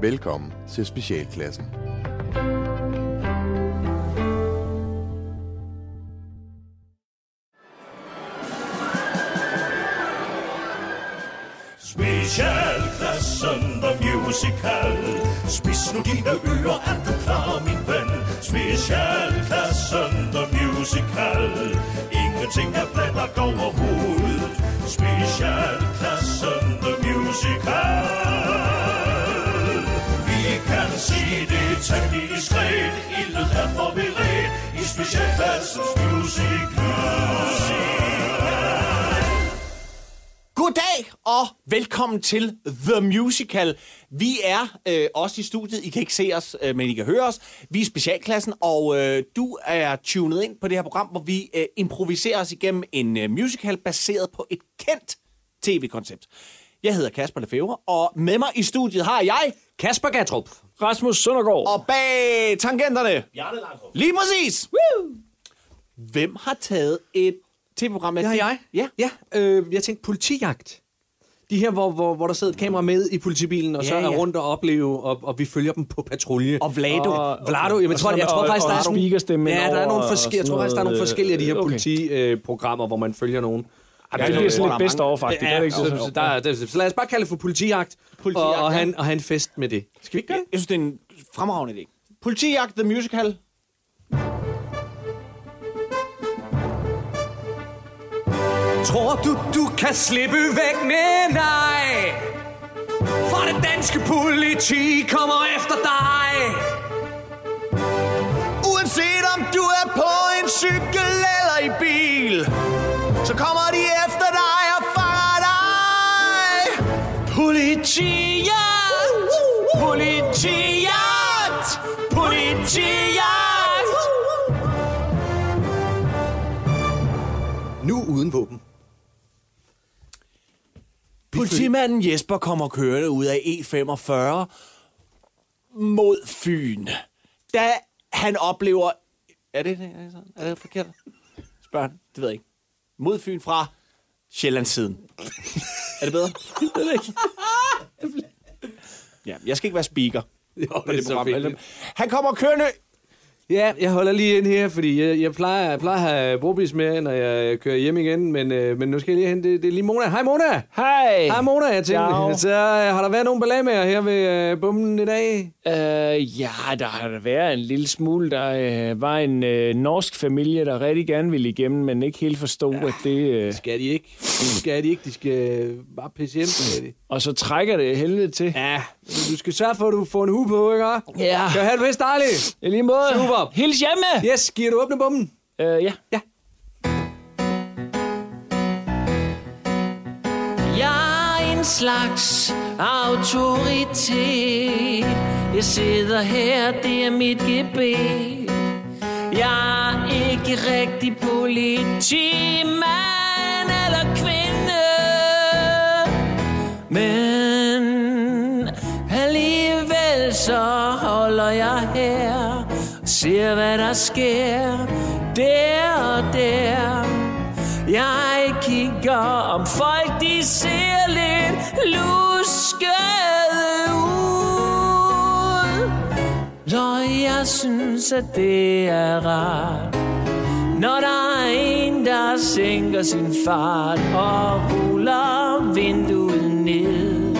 Velkommen til Specialklassen. Specialklassen The Musical Spis nu dine ører, er du klar, min ven? Specialklassen The Musical Ingenting er planlagt overhovedet Specialklassen The Musical Vi kan se det temmelig diskret Ilden er forberedt i specialklassens musical Goddag og velkommen til The Musical. Vi er øh, også i studiet. I kan ikke se os, øh, men I kan høre os. Vi er specialklassen, og øh, du er tunet ind på det her program, hvor vi øh, improviserer os igennem en øh, musical baseret på et kendt tv-koncept. Jeg hedder Kasper Lefevre, og med mig i studiet har jeg Kasper Gatrup. Rasmus Søndergaard. og bag tangenterne. Bjarne Langhoff Lige præcis! Woo! Hvem har taget et tv-program med? det har jeg. Ja. ja øh, jeg tænkte politijagt. De her, hvor, hvor, hvor der sidder et kamera med i politibilen, og ja, så Ja, er ja. rundt og opleve, og, og vi følger dem på patrulje. Og Vlado. Og, Vlado, jamen, jeg, tror, sådan- jeg tror og- faktisk, og der er speakerstemmen Ja, der er over nogle og forskellige, jeg tror sådan faktisk, der er nogle noget, forskellige af de her øh, okay. politiprogrammer, hvor man følger nogen. Jamen, det Ja, bliver hvor sådan der lidt er bedst mange- over, faktisk. Ja, er det ikke så, så, sådan? der, er- det- så lad os bare kalde det for politijagt, politijagt Politijagt, og, og, ja. han, og han fest med det. Skal vi ikke gøre det? Jeg synes, det er en fremragende idé. Politijagt The Musical. Tror du, du kan slippe væk? Nej, nej. For det danske politi kommer efter dig. Uanset om du er på en cykel eller i bil, så kommer de efter dig og fanger dig. Politijagt! Politijagt! Politijagt! Nu uden våben. Politimanden Jesper kommer kørende ud af E45 mod Fyn, da han oplever... Er det, er det, sådan? er det forkert? Spørg han. Det ved jeg ikke. Mod Fyn fra Sjællandssiden. er det bedre? Det ved jeg ikke. Ja, jeg skal ikke være speaker. Jo, på det program. Han kommer kørende... Ja, jeg holder lige ind her, fordi jeg, jeg plejer, jeg plejer at have brobis med, når jeg kører hjem igen, men, øh, men nu skal jeg lige hen. Det, det er lige Mona. Hej Mona! Hej! Hej Mona, jeg tænkte, Ciao. så øh, har der været nogle balamager her ved øh, bommen i dag? Øh, ja, der har der været en lille smule. Der øh, var en øh, norsk familie, der rigtig gerne ville igennem, men ikke helt forstod, ja. at det... Øh, Skal de ikke? Det Skal de ikke? De skal øh, bare pisse hjem med det. og så trækker det af helvede til. Ja. Du skal sørge for, at du får en hue på, ikke? Ja. Kan du have det vist dejligt? I lige måde. Super. Hils hjemme! Yes, giver du åbne bommen? Øh, ja. Ja. Jeg er en slags autoritet Jeg sidder her, det er mit gebet Jeg er ikke rigtig politimand eller kvinde Men alligevel så holder jeg her og Ser hvad der sker der og der jeg kigger, om folk de ser lidt luskede ud. Når jeg synes, at det er rart. Når der er en, der sænker sin fart og ruller vinduet ned.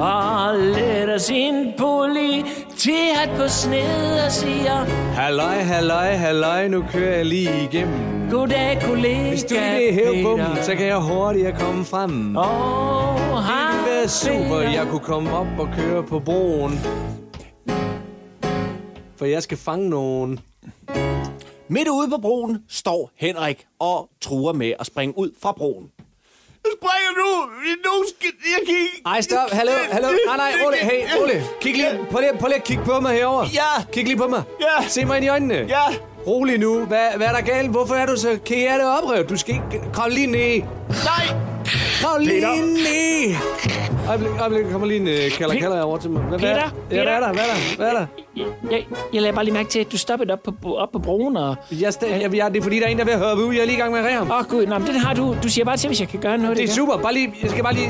Og letter sin poli til at gå sned og siger, Halløj, halløj, halløj, nu kører jeg lige igennem. Goddag kollega Hvis du ikke hæver bommen, Peter." så kan jeg hurtigere komme frem. Åh, oh, Det ville være super, jeg kunne komme op og køre på broen. For jeg skal fange nogen. Midt ude på broen står Henrik og truer med at springe ud fra broen. Springer nu! Nu skal jeg kigge! Ej, stop. Hallo, hallo. Nej, nej, Ole. Hey, Ole. Kig lige. Prøv lige, prøv lige at kigge på mig herover. Ja. Kig lige på mig. Ja. Se mig ind i øjnene. Ja! Rolig nu. Hvad, hvad er der galt? Hvorfor er du så kære det oprevet? Du skal ikke... Kom lige ned. Nej! Kom lige ned. Øjeblik, øjeblik. Kommer lige en øh, kalder, kalder over til mig. Hvad, hvad, Peter, er- Ja, hvad er der? Hvad er der? Hvad er der? Jeg, jeg lader bare lige mærke til, at du stoppede op på, op på broen, og... Jeg, sta- jeg, jeg, det er fordi, der er en, der er ved at hoppe ud. Jeg er lige i gang med at rære ham. Åh, oh, gud, nej, men den har du. Du siger bare til, hvis jeg kan gøre noget. Det ikke? er super. Bare lige... Jeg skal bare lige...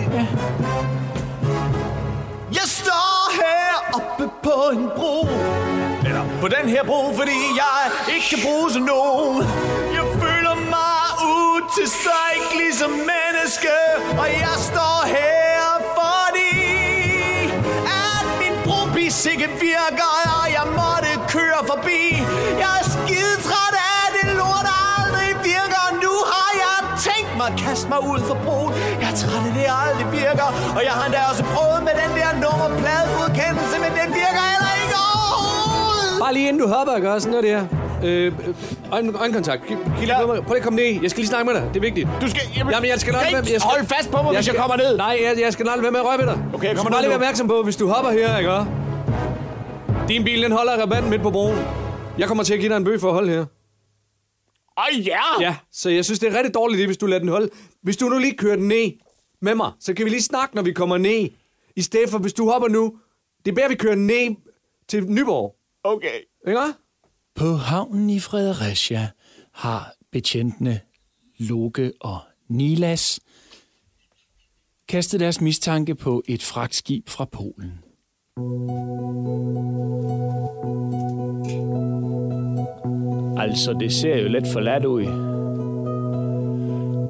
Jeg står her på en bro. Eller på den her bro, fordi jeg ikke kan bruge til nogen. Jeg føler mig utilstrækkelig som menneske, og jeg står her fordi at min brobis ikke virker, og jeg måtte køre forbi. Jeg er skidetræt af det lort, der aldrig virker. Nu har jeg tænkt mig at kaste mig ud for broen. Jeg er træt af det, der aldrig virker. Og jeg har endda også prøvet med den der nummerpladegodkendelse, men den virker heller ikke overhovedet. Bare lige inden du hopper og gør sådan noget der. Øh, øh, øjen, øjenkontakt. Giv, giv lige, prøv lige at komme ned. Jeg skal lige snakke med dig. Det er vigtigt. Du skal... Jamen, jeg skal nok... Greb, jeg skal, Hold fast på mig, jeg hvis jeg kommer ned. Nej, jeg, jeg skal nok lade være med at røre ved dig. Okay, jeg du kommer skal ned bare nu. lige være opmærksom på, hvis du hopper her, ikke? også? Din bil, den holder i rabatten midt på broen. Jeg kommer til at give dig en bøg for at holde her. Åh, oh, ja! Ja, så jeg synes, det er rigtig dårligt, hvis du lader den holde. Hvis du nu lige kører den ned med mig, så kan vi lige snakke, når vi kommer ned. I stedet for, hvis du hopper nu, det er bedre, vi kører ned til Nyborg. Okay. Ikke? også? På havnen i Fredericia har betjentene Loke og Nilas kastet deres mistanke på et fragtskib fra Polen. Altså, det ser jo lidt forladt ud.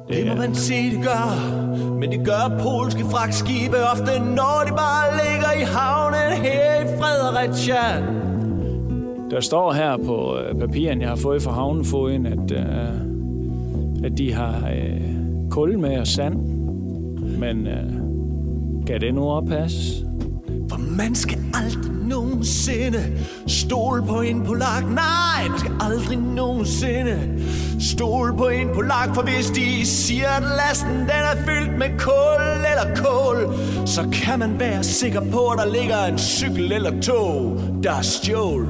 Det må man sige, det gør. Men det gør polske fragtskibe ofte, når de bare ligger i havnen her i Fredericia. Der står her på øh, papirerne, jeg har fået fra havnefoden, at, øh, at de har øh, kul med og sand. Men øh, kan det nu oppasse? For man skal aldrig nogensinde stole på en polak. Nej, man skal aldrig nogensinde stole på en polak. For hvis de siger, at lasten den er fyldt med kul eller kål, så kan man være sikker på, at der ligger en cykel eller tog, der er stjålet.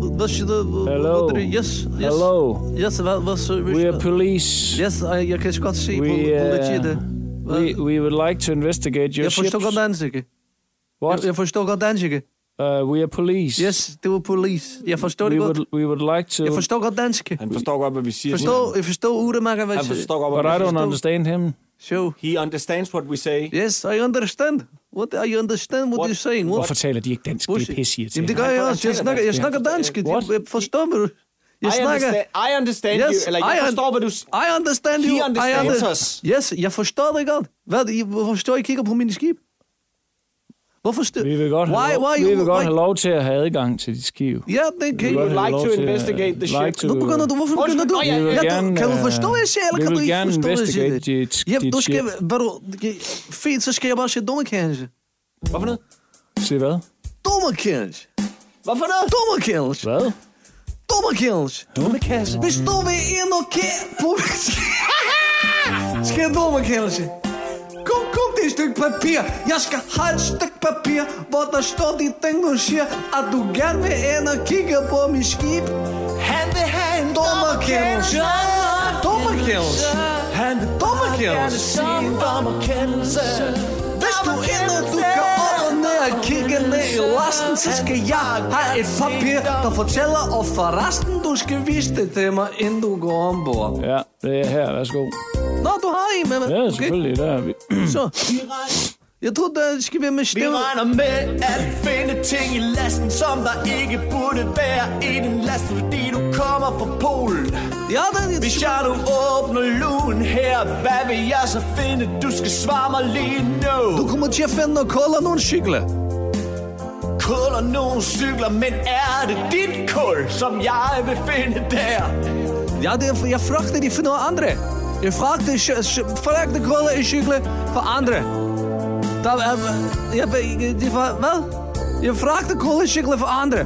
Hello. Yes, yes. Hello. Yes, wa- was uh, We are police. Yes, é I jakaś kot się We, eh, polecili. uh, we, we would like to investigate your Ja ships. forstår godt dansk, ikke? What? Jeg, jeg forstår godt dansk, ikke? Uh, we are police. Yes, det var police. Jeg forstår det We godt. would, we would like to... Jeg forstår godt dansk. Han forstår godt, hvad vi siger. Forstår, jeg forstår udemærket, Ah, hvad godt, But I don't forstår- understand him. Show. He understands what we say. Yes, I understand. What I understand what, What- you're saying. What, Hvorfor taler de ikke dansk? Det er bullshit. pissigt. Jamen det gør jeg også. Jeg snakker, jeg snakker dansk. What? Jeg forstår mig. Jeg I snakker. understand, I understand Yes, you, eller jeg I un- forstår, hvad du... s- I understand He you. I understands under- us. Yes, jeg forstår det godt. Hvad, I, hvorfor står I og kigger på mine skib? Hvorfor står... Vi vil godt, why, have, lov- why, vi you- vil godt why- have lov til at have adgang til dit skib. Ja, det kan Vi vil godt I. have like lov to til at- investigate the ship. to- Nu begynder du. Hvorfor begynder du? Undskyld, nå, ja, ja, Vi vil du- gerne, kan du øh, forstå, jeg siger, eller vi kan vil du ikke gerne forstå, jeg siger investigate det? dit- Ja, dit du skal... shit. Hvad du... Fint, så skal jeg bare sige dumme kærelse. Hvorfor noget? Se hvad? Dumme kærelse. Hvorfor noget? Dumme kærelse. Hvad? Dumme kærelse. Dumme kasse. Hvis du vil ind og kære på min Skal du med kendelse? Kom, kom, det er et stykke papir. Jeg skal have et stykke papir, hvor der står de ting, du siger, at du gerne vil ind og kigge på min skib. Han vil have en Dommerkendelse. Dommerkendelse. Han vil Dommerkendelse. sin dommerkendelse. Hvis du ender, du kan op og ned og kigge ned i lasten, så skal jeg have et papir, der fortæller, og forresten, du skal vise det til mig, inden du går ombord. Ja, det er her. Værsgo. Nå, du har en med mig. Ja, selvfølgelig. Der er vi. Så. Jeg tror, der skal være med Vi stemme. regner med at finde ting i lasten, som der ikke burde være i din last, fordi du kommer fra Polen. Ja, det er det. Hvis jeg nu åbner lugen her, hvad vil jeg så finde? Du skal svare mig lige nu. Du kommer til at finde noget kul og nogle cykler. kuller nogle cykler, men er det dit kul, som jeg vil finde der? Ja, det er, jeg fragter de for nogle andre. Jeg fragter, cy- cy- fragter kul og cykler for andre. Der er... Jeg, jeg, de, for- hvad? Jeg fragter kul og cykler for andre.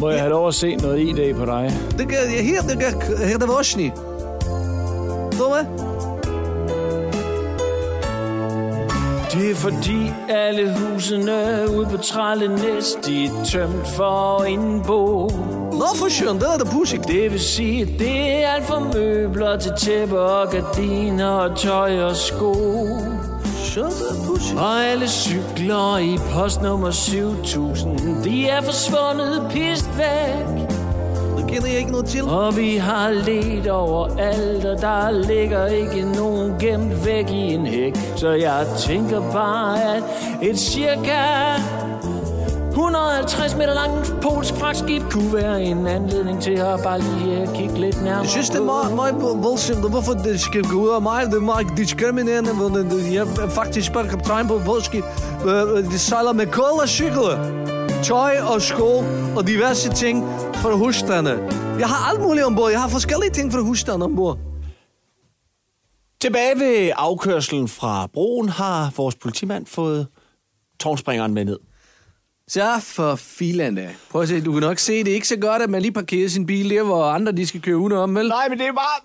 Må jeg have lov at se noget ID på dig? Det kan jeg her, det kan her det vorsni. Dumme? Det er fordi alle husene ude på Trællenæs, de er tømt for indbo. Nå, for sjøen, det er det pusik. Det vil sige, at det er alt fra møbler til tæpper og gardiner og tøj og sko. Sjøen, det er pusik. Og alle cykler i postnummer 7000 De er forsvundet pist væk kender jeg ikke noget til. Og vi har let over alt, og der ligger ikke nogen gemt væk i en hæk. Så jeg tænker bare, at et cirka 150 meter langt polsk fragtskib kunne være en anledning til at bare lige øh, kigge lidt nærmere. Jeg synes, det er meget, meget vo- voldsomt, og hvorfor det skal gå ud af mig, det er meget diskriminerende, men øh, jeg er faktisk bare kaptajn på et voldskib. Øh, øh, De sejler med kål og cykler, tøj og sko og diverse ting fra husstande. Jeg har alt muligt ombord, jeg har forskellige ting fra husstande ombord. Tilbage ved afkørselen fra broen har vores politimand fået tårnspringeren med ned. Så for filan da. Prøv at se, du kan nok se, det er ikke så godt, at man lige parkerer sin bil der, hvor andre de skal køre udenom, vel? Nej, men det er bare...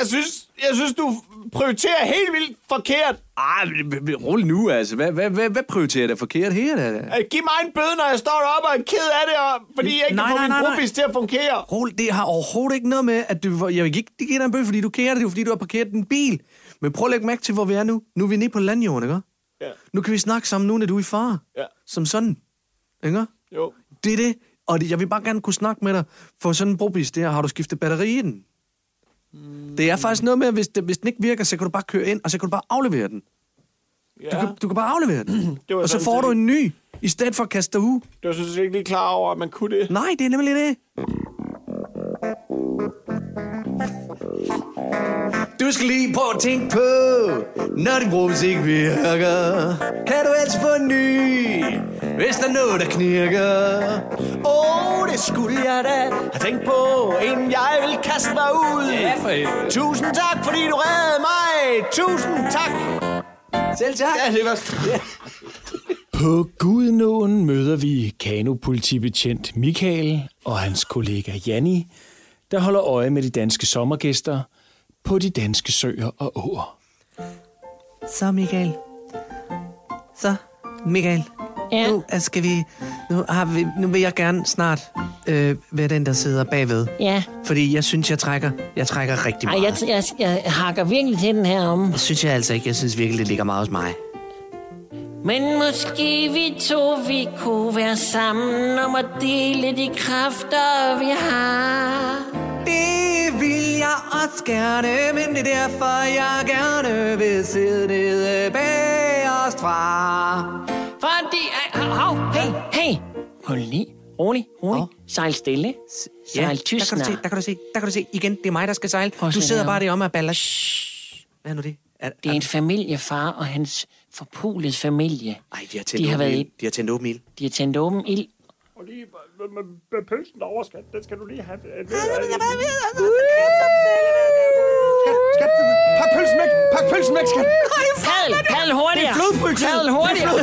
Jeg synes, jeg synes du prioriterer helt vildt forkert. Ej, men- men rolig nu, altså. Hvad, hvad, hvad, hvad prioriterer det forkert her, da? Øh, Giv mig en bøde, når jeg står deroppe og er ked af det, og, fordi jeg ikke Nej, kan få nej, min nej, nej. brobis til at fungere. Rol, det har overhovedet ikke noget med, at du, jeg vil ikke give dig en bøde, fordi du kærer det, det er jo fordi du har parkeret din bil. Men prøv at lægge mærke til, hvor vi er nu. Nu er vi nede på landjorden, ikke? Ja. Nu kan vi snakke sammen, nu når du er i fare. Ja. Som sådan, ikke? Jo. Det er det. Og det, jeg vil bare gerne kunne snakke med dig, for sådan en brobis der, har du skiftet batteri i den? Mm. Det er faktisk noget med, at hvis, det, hvis den ikke virker, så kan du bare køre ind, og så kan du bare aflevere den. Ja. Du, kan, du kan bare aflevere den. Det var og så sådan får set du ikke- en ny, i stedet for at kaste dig ud. Det var sådan set ikke lige klar over, at man kunne det. Nej, det er nemlig det. Du skal lige prøve at tænke på, når din brus ikke virker. Kan du altid få en ny, hvis der er noget, der knirker. Åh, oh, det skulle jeg da have tænkt på, inden jeg vil kaste mig ud. Ja, for helvede. Tusind tak, fordi du reddede mig. Tusind tak. Selv tak. Ja, det var... På Gudnåen møder vi kanopolitibetjent Michael og hans kollega Janni, der holder øje med de danske sommergæster på de danske søer og åer. Så Michael. Så Michael. Ja. Nu øh, skal vi, nu, har vi, nu vil jeg gerne snart øh, være den, der sidder bagved. Ja, Fordi jeg synes, jeg trækker, jeg trækker rigtig Ej, meget. jeg, jeg, jeg hakker virkelig til den her om. Det synes jeg altså ikke. Jeg synes virkelig, det ligger meget hos mig. Men måske vi to, vi kunne være sammen om at dele de kræfter, vi har. Det vil jeg også gerne, men det er derfor, jeg gerne vil sidde nede bag os fra. Fordi... øh, Hov, hey, hey. Hold lige. Rolig, rolig. Hov. Sejl stille. Sejl der kan, du se, tysner. der kan du se, der kan du se. Igen, det er mig, der skal sejle. at du se sidder herovre. bare deromme og baller. Hvad er nu det? Er, Det er en familiefar og hans forpulets familie. Ej, de har tændt de har åben været ild. i, De har tændt åben ild. De har tændt åben ild. Pak pølsen væk. Pak pølsen væk, skat. Padel, padel hurtigere. Det er flodpolitiet. Padel hurtigere.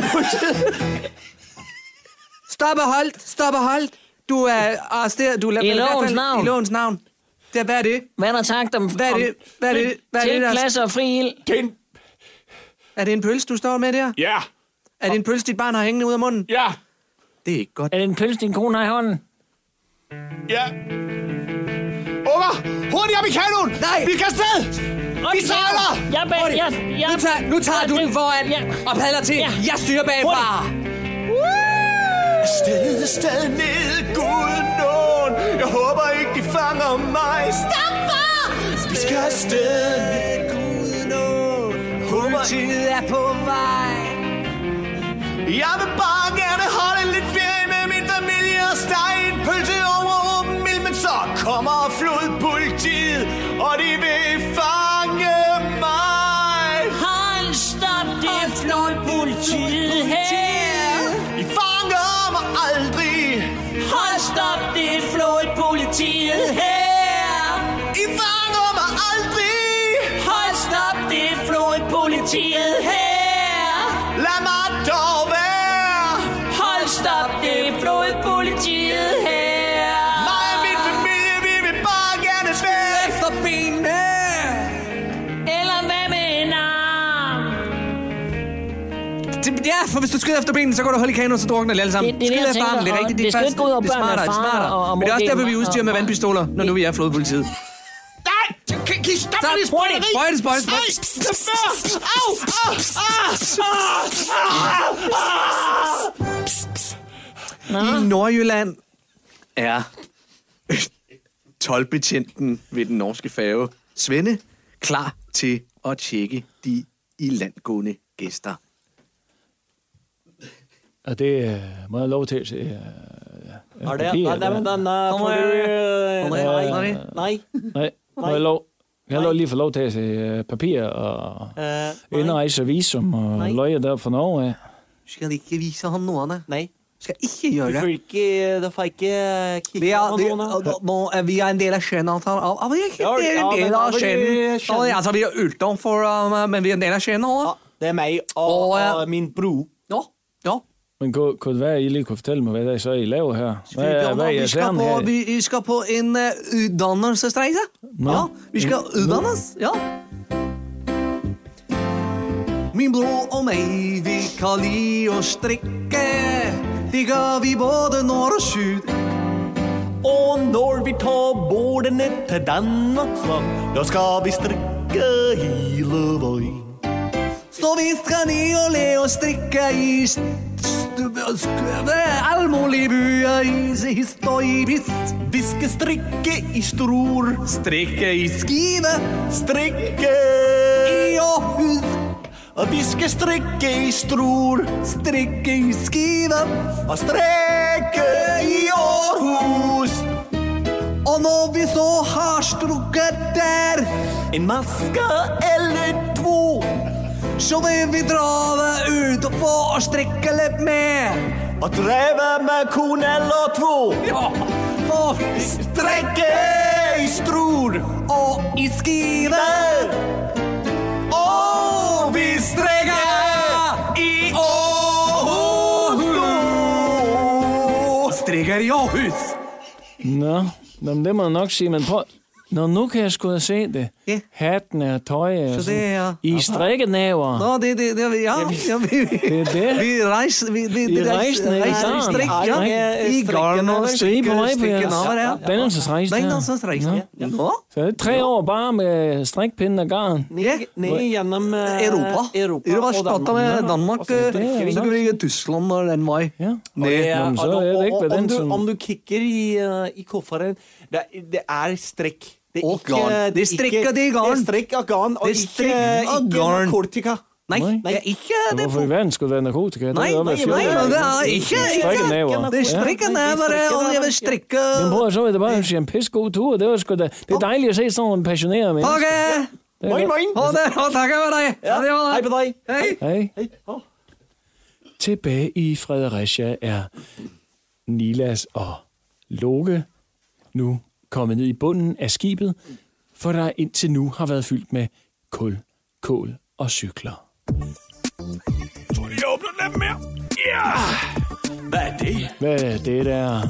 Stop og hold, stop og hold. Du er arresteret. Du er I lovens navn. I lovens navn. Det, hvad er det? Hvad er der sagt om... Hvad er det? Hvad er det? Hvad er det, Til der er- pladser og fri ild. Gen. Er det en pølse, du står med der? Ja. Er det en pølse, dit barn har hængende ud af munden? Ja. Det er ikke godt. Er det en pølse, din kone har i hånden? Ja. Unger, hurtigt op i kanonen. Nej! Vi skal afsted. Vi sejler. Jeg, bag, jeg, jeg, Nu tager, nu tager du den foran Ja. og padler til. Ja. Jeg styrer bagfra. Sted, sted ned, guden nåen. Jeg håber ikke, de fanger mig. Stop, far! Vi skal afsted. Guden nåen. Håber ikke. Politiet er på vej. Jeg vil bare gerne holde lidt ferie med min familie og stege en pølse over åben mild, men så kommer flodpolitiet, og de vil fange mig. Hold, stop, det er flot politiet her. I fanger mig aldrig. Hold, stop, det er flot politiet her. I fanger mig aldrig. Hold, stop, det er flot politiet her. Lad mig dog være. Hold, stop, det er flot politiet her. Mig og min familie, vi vil bare gerne svære efter benene. Eller hvad med en arm? Det- Ja, for hvis du skyder efter benene, så går du hul i kanonen, så drukner de alle sammen. Det- det er det, Skyd jeg efter tænker, armen, det er og rigtigt. det skal faktisk- ikke gå ud over det er børnene, smartere, det er far smartere. og- og Men det er også mor- derfor, vi og- udstyrer med og- vandpistoler, når nu vi er flodpolitiet. Nej, kan I stoppe med det hurtigt, spøjteri? Sprøjtes, sprøjtes, Ej, sprøjtes. lad være. Au, au, ah, I Nordjylland er tolvbetjenten ved den norske færge, Svende, klar til at tjekke de ilandgående gæster. Og det øh, må jeg have lov til. Øh, Er papir, det... Nej, nej, eller- nej, nej, Kom får her. du- Kom her, nej, kom nej, her. nej. Nej, må jeg lov? Jeg har lov lige få lov til at se øh, papir og Øh, nej, indrejse og visum og løje der fra Norge. af. Skal ikke vise ham noget, Anna? nej. Skal ikke Du gøre får ikke... Du får ikke kigge Vi er, på det, nogen. og nå- nå er vi er en del av Schengen-avtalen. Ja, ja, vi er ikke Ja, ja, en del men- av ja, men vi er Schengen. Schengen. Ja, altså, vi er utenfor, uh, men vi er en del av Schengen også. Ah, Det er mig og, Åh, ja. og min bror. Ja, ja. Men kunne, kunne det være, at I lige kunne fortælle mig, hvad det er, så I laver her? Hvad, er- hvad er vi, jeres skal ærne på, her? vi, vi skal på en uh, uddannelsesreise. Ja, vi skal uddannes. Ja. Min bror og meg, vi kan lide å strikke. Det gør vi både nord og syd. Og når vi tager bordene til Danmarks land, der skal vi strikke hele vejen. Så vi skal ned og le og strikke i st- st- st- alle mulige byer i hist og i pist. Vi skal strikke i stror, Strikke i skive, strikke i og hud. Og vi skal strikke i stror, Strikke i skive, og strikke i Aarhus. og når vi så har strukket der, En maske eller to, så vil vi dra ut og få og strikke litt mer. og dreve med kun eller to. Ja, for Strikke i stror, og i skive, og vi strikker i Aarhus. Strikker i Åhus. Nå, nå, men det må jeg nok sige, men prøv... Nå, nu kan jeg sgu da se det. Ja. Hattene og tøj og Så sådan. det er- I strikkenæver. Nå, det, det, det, ja, ja, vi, Det er det. vi rejser, vi, det, I det der- rejsen, i rejser i garn. strik, ja, Ja, i garn og Så I er strikke, på vej på stikken jeres over der. dannelsesrejse Nej, her. nå, så rejser, Nå. ja. Nå, Så det er tre år bare med strikpinden og garn. ja. Ned igennem eh, Europa. Europa Europa og startet Danmark. med Nå, Danmark, og så det, eh, ja, så kan vi ikke Tyskland og den vej. Ja. Ned. Det er- Nå, men så Eh, og- er det ikke og- ved og- den om du, som- om du kigger i, øh, i kufferen, det, er- det er strikk. Det Og garn. Det er strikk, og det er garn. Det er strikk og garn, og Det er strikk ikke, og ikke garn. narkotika. Nej. Nej, det er ikke Så det. Hvorfor i verden skulle det være narkotika? Det Nej, er jo, nej, hvad fjollet nej, men det er I ikke, strikkenæver. ikke. Det er Ja. strikken af, og jeg vil strikke. Jamen prøv at så var det bare, at sige en pisse god tur. Det var sgu da... Det er dejligt at se sådan nogle passionerede mennesker. Okay. Det er Moin, godt. moin. Og det, og tak for dig. Ja, det var Hej det. på dig. Hej. Hej. Hej. Åh. Tilbage i Fredericia er Nilas og Loke nu kommet ned i bunden af skibet, for der indtil nu har været fyldt med kul, kål og cykler. Jeg åbner den mere. Ja! Hvad er det? Hvad er det der?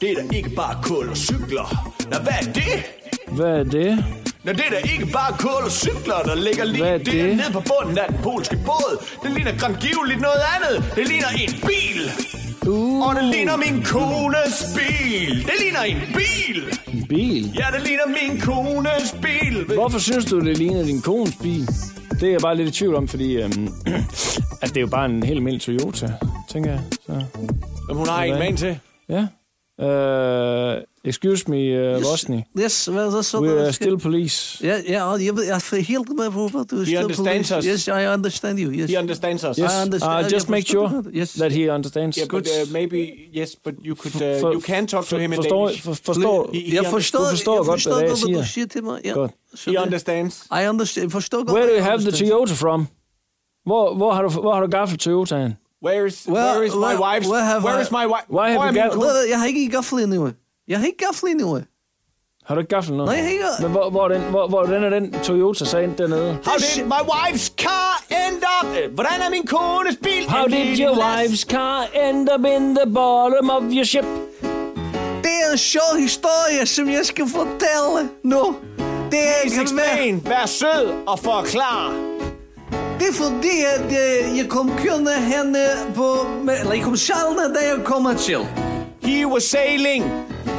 Det er da ikke bare kul og cykler. Nå, hvad er det? Hvad er det? Nå, det er da ikke bare kul og cykler, der ligger lige Hvad er det? det? nede på bunden af den polske båd. Det ligner grangivligt noget andet. Det ligner en bil. Uh. Og det ligner min kones bil. Det ligner en bil. En bil? Ja, det ligner min kones bil. Hvorfor synes du, det ligner din kones bil? Det er jeg bare lidt i tvivl om, fordi øhm, at det er jo bare en helt mild Toyota, tænker jeg. Så, Jamen, hun har en mand til. ja. Uh, excuse me, uh, Rosny. Yes, hvad så? så- We are still police. Ja, ja, jeg ved, jeg er helt med på, hvad du still understands police. us. Yes, I understand you. Yes. He understands us. Um, Yes. I Ah, understand. Uh, just Jeg make forstår sure det godt. Yes. that he understands. Yeah, but uh, maybe, yes, but you could, uh, For- you can talk to for- him in forstår, Danish. For, forstår, He- he Jeg under- forstår, du forstår jeg godt, forstår hvad det er, godt, jeg du siger. siger til mig. Ja. Godt. Så He det- understands. I understand. Jeg forstår godt. Where do I you have the understand. Toyota from? Hvor, hvor har du, hvor har du gaffel Toyotaen? Where is, Where- where is my where- wife's... where have Where I- is my wife? Why have Hvor er you min got- kone? Hvad ved jeg? Jeg har ikke gaffel endnu. Jeg har ikke gaffel endnu. Har du ikke gaffel noget? Nej, jeg har ikke- Men hvor, hvor, er den, hvor, hvor den er den Toyota så ind dernede? How did my wife's car end up? Øh, Hvordan er min kones bil? er How endt i did en your last- wife's car end up in the bottom of your ship? Det er en sjov historie, som jeg skal fortælle nu. Det er Please ikke med. explain. Vær sød og forklar. Det er fordi, at øh, jeg kom kørende hen øh, på... med- Eller jeg kom sejlende, da jeg kom hertil. He was sailing.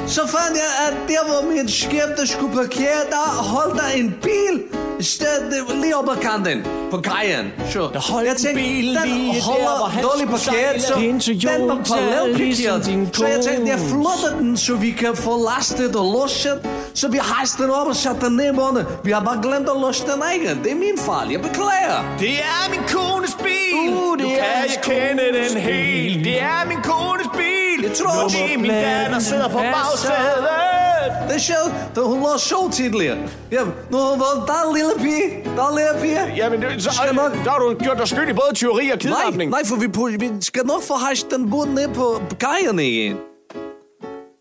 Så fandt jeg, at der hvor mit skib, der skulle parkere, der holdt der en bil Stedet lige op ad kanten. På kajen. Sure. Der holdt en bil lige der, den holder hvor han dårligt skulle parkeret, så sejle. Det er en Toyota, den var ligesom parallelparkeret. din så jeg tænkte, jeg kones. flytter den, så vi kan få lastet og losset. Så vi hejste den op og satte den ned i måneden. Vi har bare glemt at losse den egen. Det er min fejl. Jeg beklager. Det er min kones bil. Uh, det nu er kan hans jeg kende kones den helt. bil. Det er min kones bil. Jeg tror nu også- det er min datter sidder på Nummerpladen er så- bagsædet. Det er sjovt, da hun lavede sjov tidligere. Ja, nu har hun været, der er en lille pige. Der er en lille pige. Jamen, det, så, Skal nok- der har du gjort dig skyld i både teori og Nej, kidnapning. nej, for vi, pu- vi skal nok få hejst den bund ned på kajerne igen.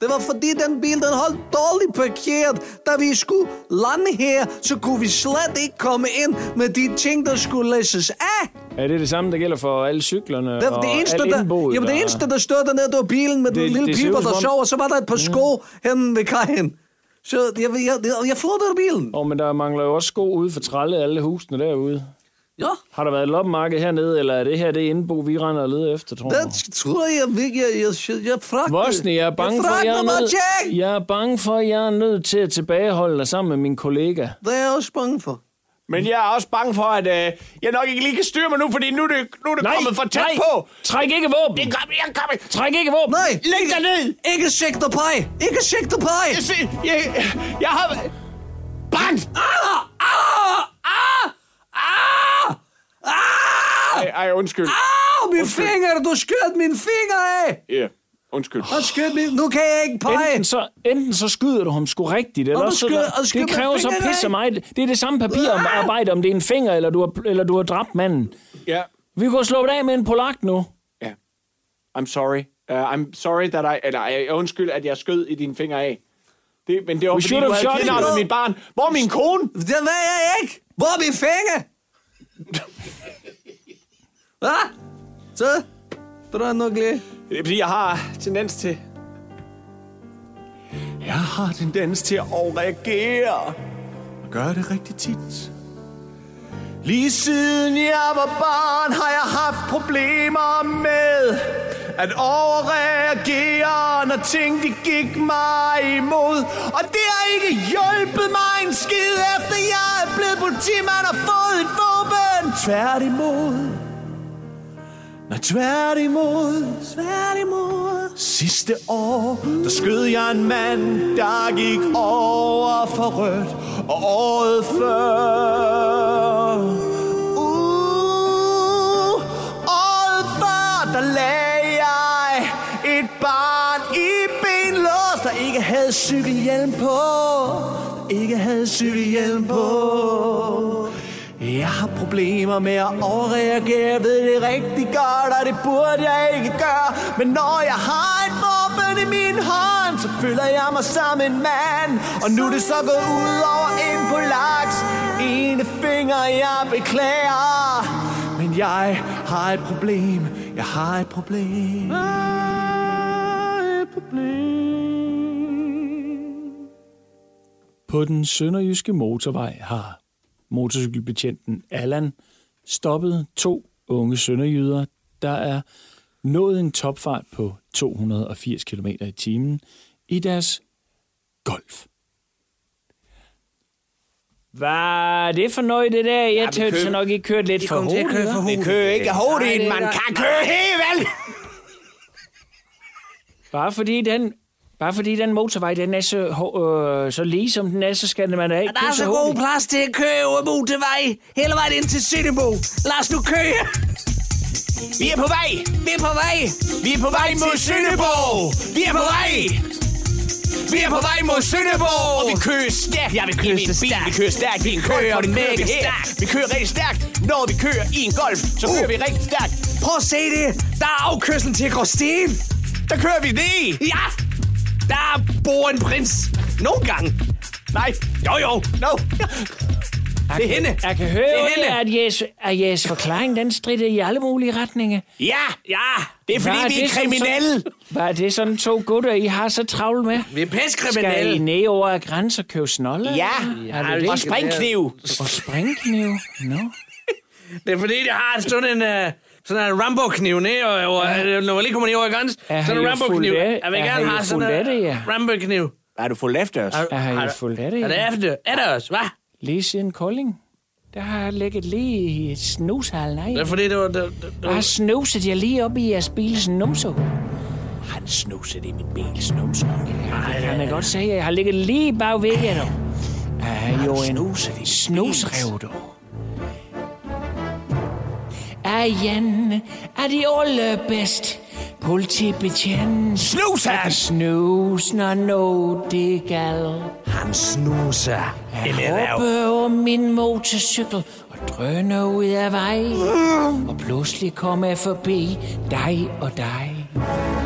Det var fordi den bil, den holdt dårligt parkeret. Da vi skulle lande her, så kunne vi slet ikke komme ind med de ting, der skulle læses af. Er det det samme, der gælder for alle cyklerne Det, og det, eneste, alt der, indboet? jamen, det og- eneste, der stod dernede, det var bilen med den Det- lille det ser piber, ud som der om- Mm. sov, og så var der et par sko henne ved kajen. Så jeg, jeg, jeg, jeg flyttede bilen. Åh, men der mangler jo også sko ude for tralle af alle husene derude. Ja. Har der været et loppemarked hernede, eller er det her det indbo, vi render og leder efter, tror jeg? Det tror jeg ikke. Jeg, jeg, jeg fragter... Vosni, jeg er bange for, jeg jeg er, fragter mig, nød... Jack! jeg er bange for, at jeg er nødt til at tilbageholde dig sammen med min kollega. Det er jeg også bange for. Men jeg er også bange for, at øh, jeg nok ikke lige kan styre mig nu, fordi nu er det, nu er det kommet for tæt nej, på. træk ikke våben! Jeg kommer, jeg kommer. Træk ikke våben! Nej! Læg dig ned. Ikke sigte på! Ikke sigte på! Jeg, se, jeg, jeg har... Bang! ah, Ah! Ah! Ej, ej undskyld. Ah! Min finger! Du skød min finger af! Ja, undskyld. Og skød min... Nu kan jeg ikke pege! Enten så, enten så skyder du ham sgu rigtigt, eller Og også så skyder- der- og skyder det kræver med så fingrene pisse af. mig. Det er det samme papirarbejde, om det er en finger, eller du har, eller du har dræbt manden. Ja. Vi kunne slå det af med en polak nu. Ja. I'm sorry. Uh, I'm sorry, that I... Eller, jeg undskyld, at jeg skød i dine fingre af. Det, men det var fordi, should du have havde shot him. kidnappet mit barn. Hvor er min kone? Det ved jeg ikke! Hvor er min finger? Hvad? Så? Det er nok lige... Det er fordi, jeg har tendens til... Jeg har tendens til at overreagere. Og gør det rigtig tit. Lige siden jeg var barn, har jeg haft problemer med at overreagere, når ting de gik mig imod. Og det har ikke hjulpet mig en skid, efter jeg er blevet politimand og fået et våben. Tværtimod. Nej, tværtimod, tværtimod. Sidste år, der skød jeg en mand, der gik over for rødt. Og året før, uh, året før, der lagde jeg et barn i benlås, der ikke havde cykelhjelm på. Der ikke havde cykelhjelm på. Jeg har problemer med at overreagere, jeg ved det rigtig godt, og det burde jeg ikke gøre. Men når jeg har et våben i min hånd, så føler jeg mig som en mand. Og nu er det så gået ud over en polaks, ene finger jeg beklager. Men jeg har et problem, jeg har et problem. På den sønderjyske motorvej har motorcykelbetjenten Allan stoppet to unge sønderjyder, der er nået en topfart på 280 km i timen i deres golf. Hvad er det for noget, det der? Jeg tøvde så nok, I kørte lidt for hurtigt. Det kører ikke hovedet ind, man kan køre helt vel. Bare fordi den... Bare fordi den motorvej, den er så, hår- øh, så lige som den er, så skal man da ikke Der er køre så hurtigt. god plads til at køre over motorvej hele vejen ind til Sønderbo. Lad os nu køre. Vi er på vej, Vi er på vej. vi er på vej mod Sønderborg. Vi er på vej. Vi er på vej mod Sønderborg, og vi kører stærkt. Jeg vil køre stærkt. Bil. Vi kører stærkt. Vi kører, og det kører vi mega her. stærkt. Vi kører rigtig stærkt. Når vi kører i en golf, så kører vi rigtig stærkt. Prøv at se det. Der er afkørslen til Gråsten. Der kører vi ned. Ja. Der bor en prins. Nogle gange. Nej. Jo, jo. No. Det er hende. Jeg kan høre, Det er hende. at jeres, at jeres forklaring den strider i alle mulige retninger. Ja. Ja. Det er fordi, Hvad er vi er det, som kriminelle. Hvad er det sådan to gutter, I har så travlt med? Vi er Skal I pæskriminelle. ned over af grænser og købe snolle? Ja. Er det Og det? springkniv. Og springkniv? No. Det er fordi, de har sådan en... øh, Uh, sådan en Rambo-kniv ned, og, og ja. når man lige kommer ned over grænsen, Er sådan en han jo Rambo-kniv. fuldt af- Jeg vil er gerne han jo have sådan fuldt af en det, ja? Rambo-kniv. Er du full left os? Er I fuldt af det? Er det ja? efter? Er det os, hva'? Lige siden Kolding? Der har jeg ligget lige i snushallen af. Det er fordi, det var... Det, det, det Jeg har var snuset jer lige op i jeres bils numse. Han snuser det i min bils numse. Kan jeg godt se, at jeg har ligget lige bag ved jer. dog. Jeg er jo en snusrev, du. Egen er de allerbedst politibetjent. Snus han! Snus, når nå det gal. Han snuser. Hoppe om min motorcykel og drøne ud af vej. Og pludselig kommer jeg forbi dig og dig.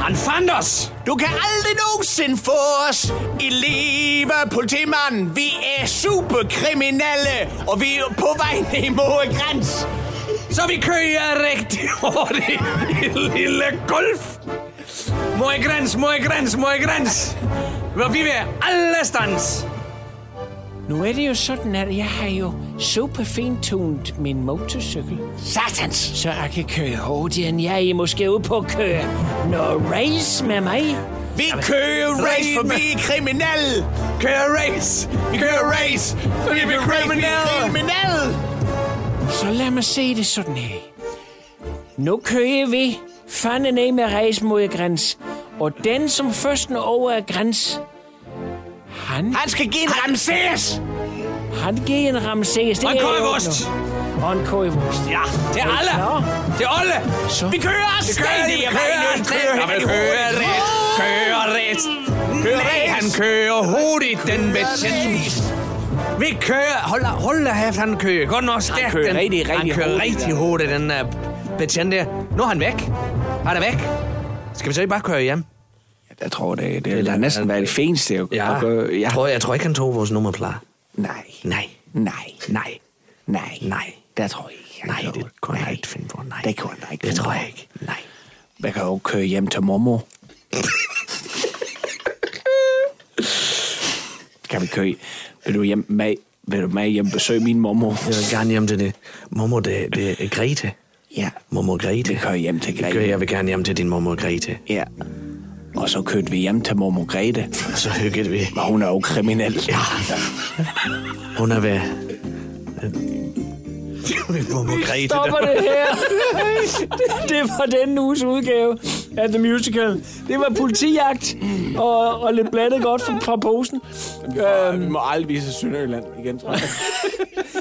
Han fandt os! Du kan aldrig nogensinde få os i live, politimand. Vi er superkriminelle, og vi er på vej ned mod græns. Så vi kører rigtig hurtigt i lille golf. Må jeg græns, må jeg græns, må jeg græns. Hvor vi vil alle stands. Nu er det jo sådan, at jeg har jo super fintunet min motorcykel. Satans! Så jeg kan køre hurtigere end jeg. I er måske ude på at køre noget race med mig. Vi kører race, for vi er kriminelle. Kører race, vi kører race, for vi vil kriminelle. Kriminelle! Så lad mig se det sådan her. Nu kører vi fanden ned med race mod græns. Og den, som først når over græns, han, Han skal give en ramses. han giver en ramses. Det Og en er i orden currywurst. nu. Og en køjevost. Ja, det er alle. Nå, Det er alle. Vi kører os Kører de, kører han kører, han kører ret, kører ret. Nej, han kører hurtigt, den betjent. Vi kører, hold da, hold da, hæft, han kører godt nok stærkt. kører den- rigtig, rigtig Han kører hurtigt, rigtig hurtigt, den uh, betjent der. Nu er han væk. Han er væk. Skal vi så ikke bare køre hjem? Jeg tror, det, det ville da næsten være det fængste. Jeg, Jeg, ja. tror, jeg tror ikke, han tog vores nummerplade. Nej, Nej, nej, nej, nej. nej. Det tror jeg ikke. Nej, Han kan jo- det kunne han ikke finde på. Nej, Det kunne han ikke Det finde tror på. jeg ikke. Nej. Jeg kan jo køre hjem til mormor. kan vi køre? Vil du hjem med? Vil du med hjem besøge min mormor? Jeg vil gerne hjem til det. Mormor, det, det er Grete. Ja. Mormor Grete. Vi kører hjem til Grete. Gør, jeg vil gerne hjem til din mormor Grete. Ja. Og så kørte vi hjem til mormor Grete. Så hyggede vi. Og hun er jo kriminel. Ja. Ah, Hun er ved... mormor Grete. stopper det her. Det- det var den uges udgave af The Musical. Det var politijagt og, og lidt blandet godt fra, fra posen. Vi må aldrig vise Sønderjylland igen, tror jeg.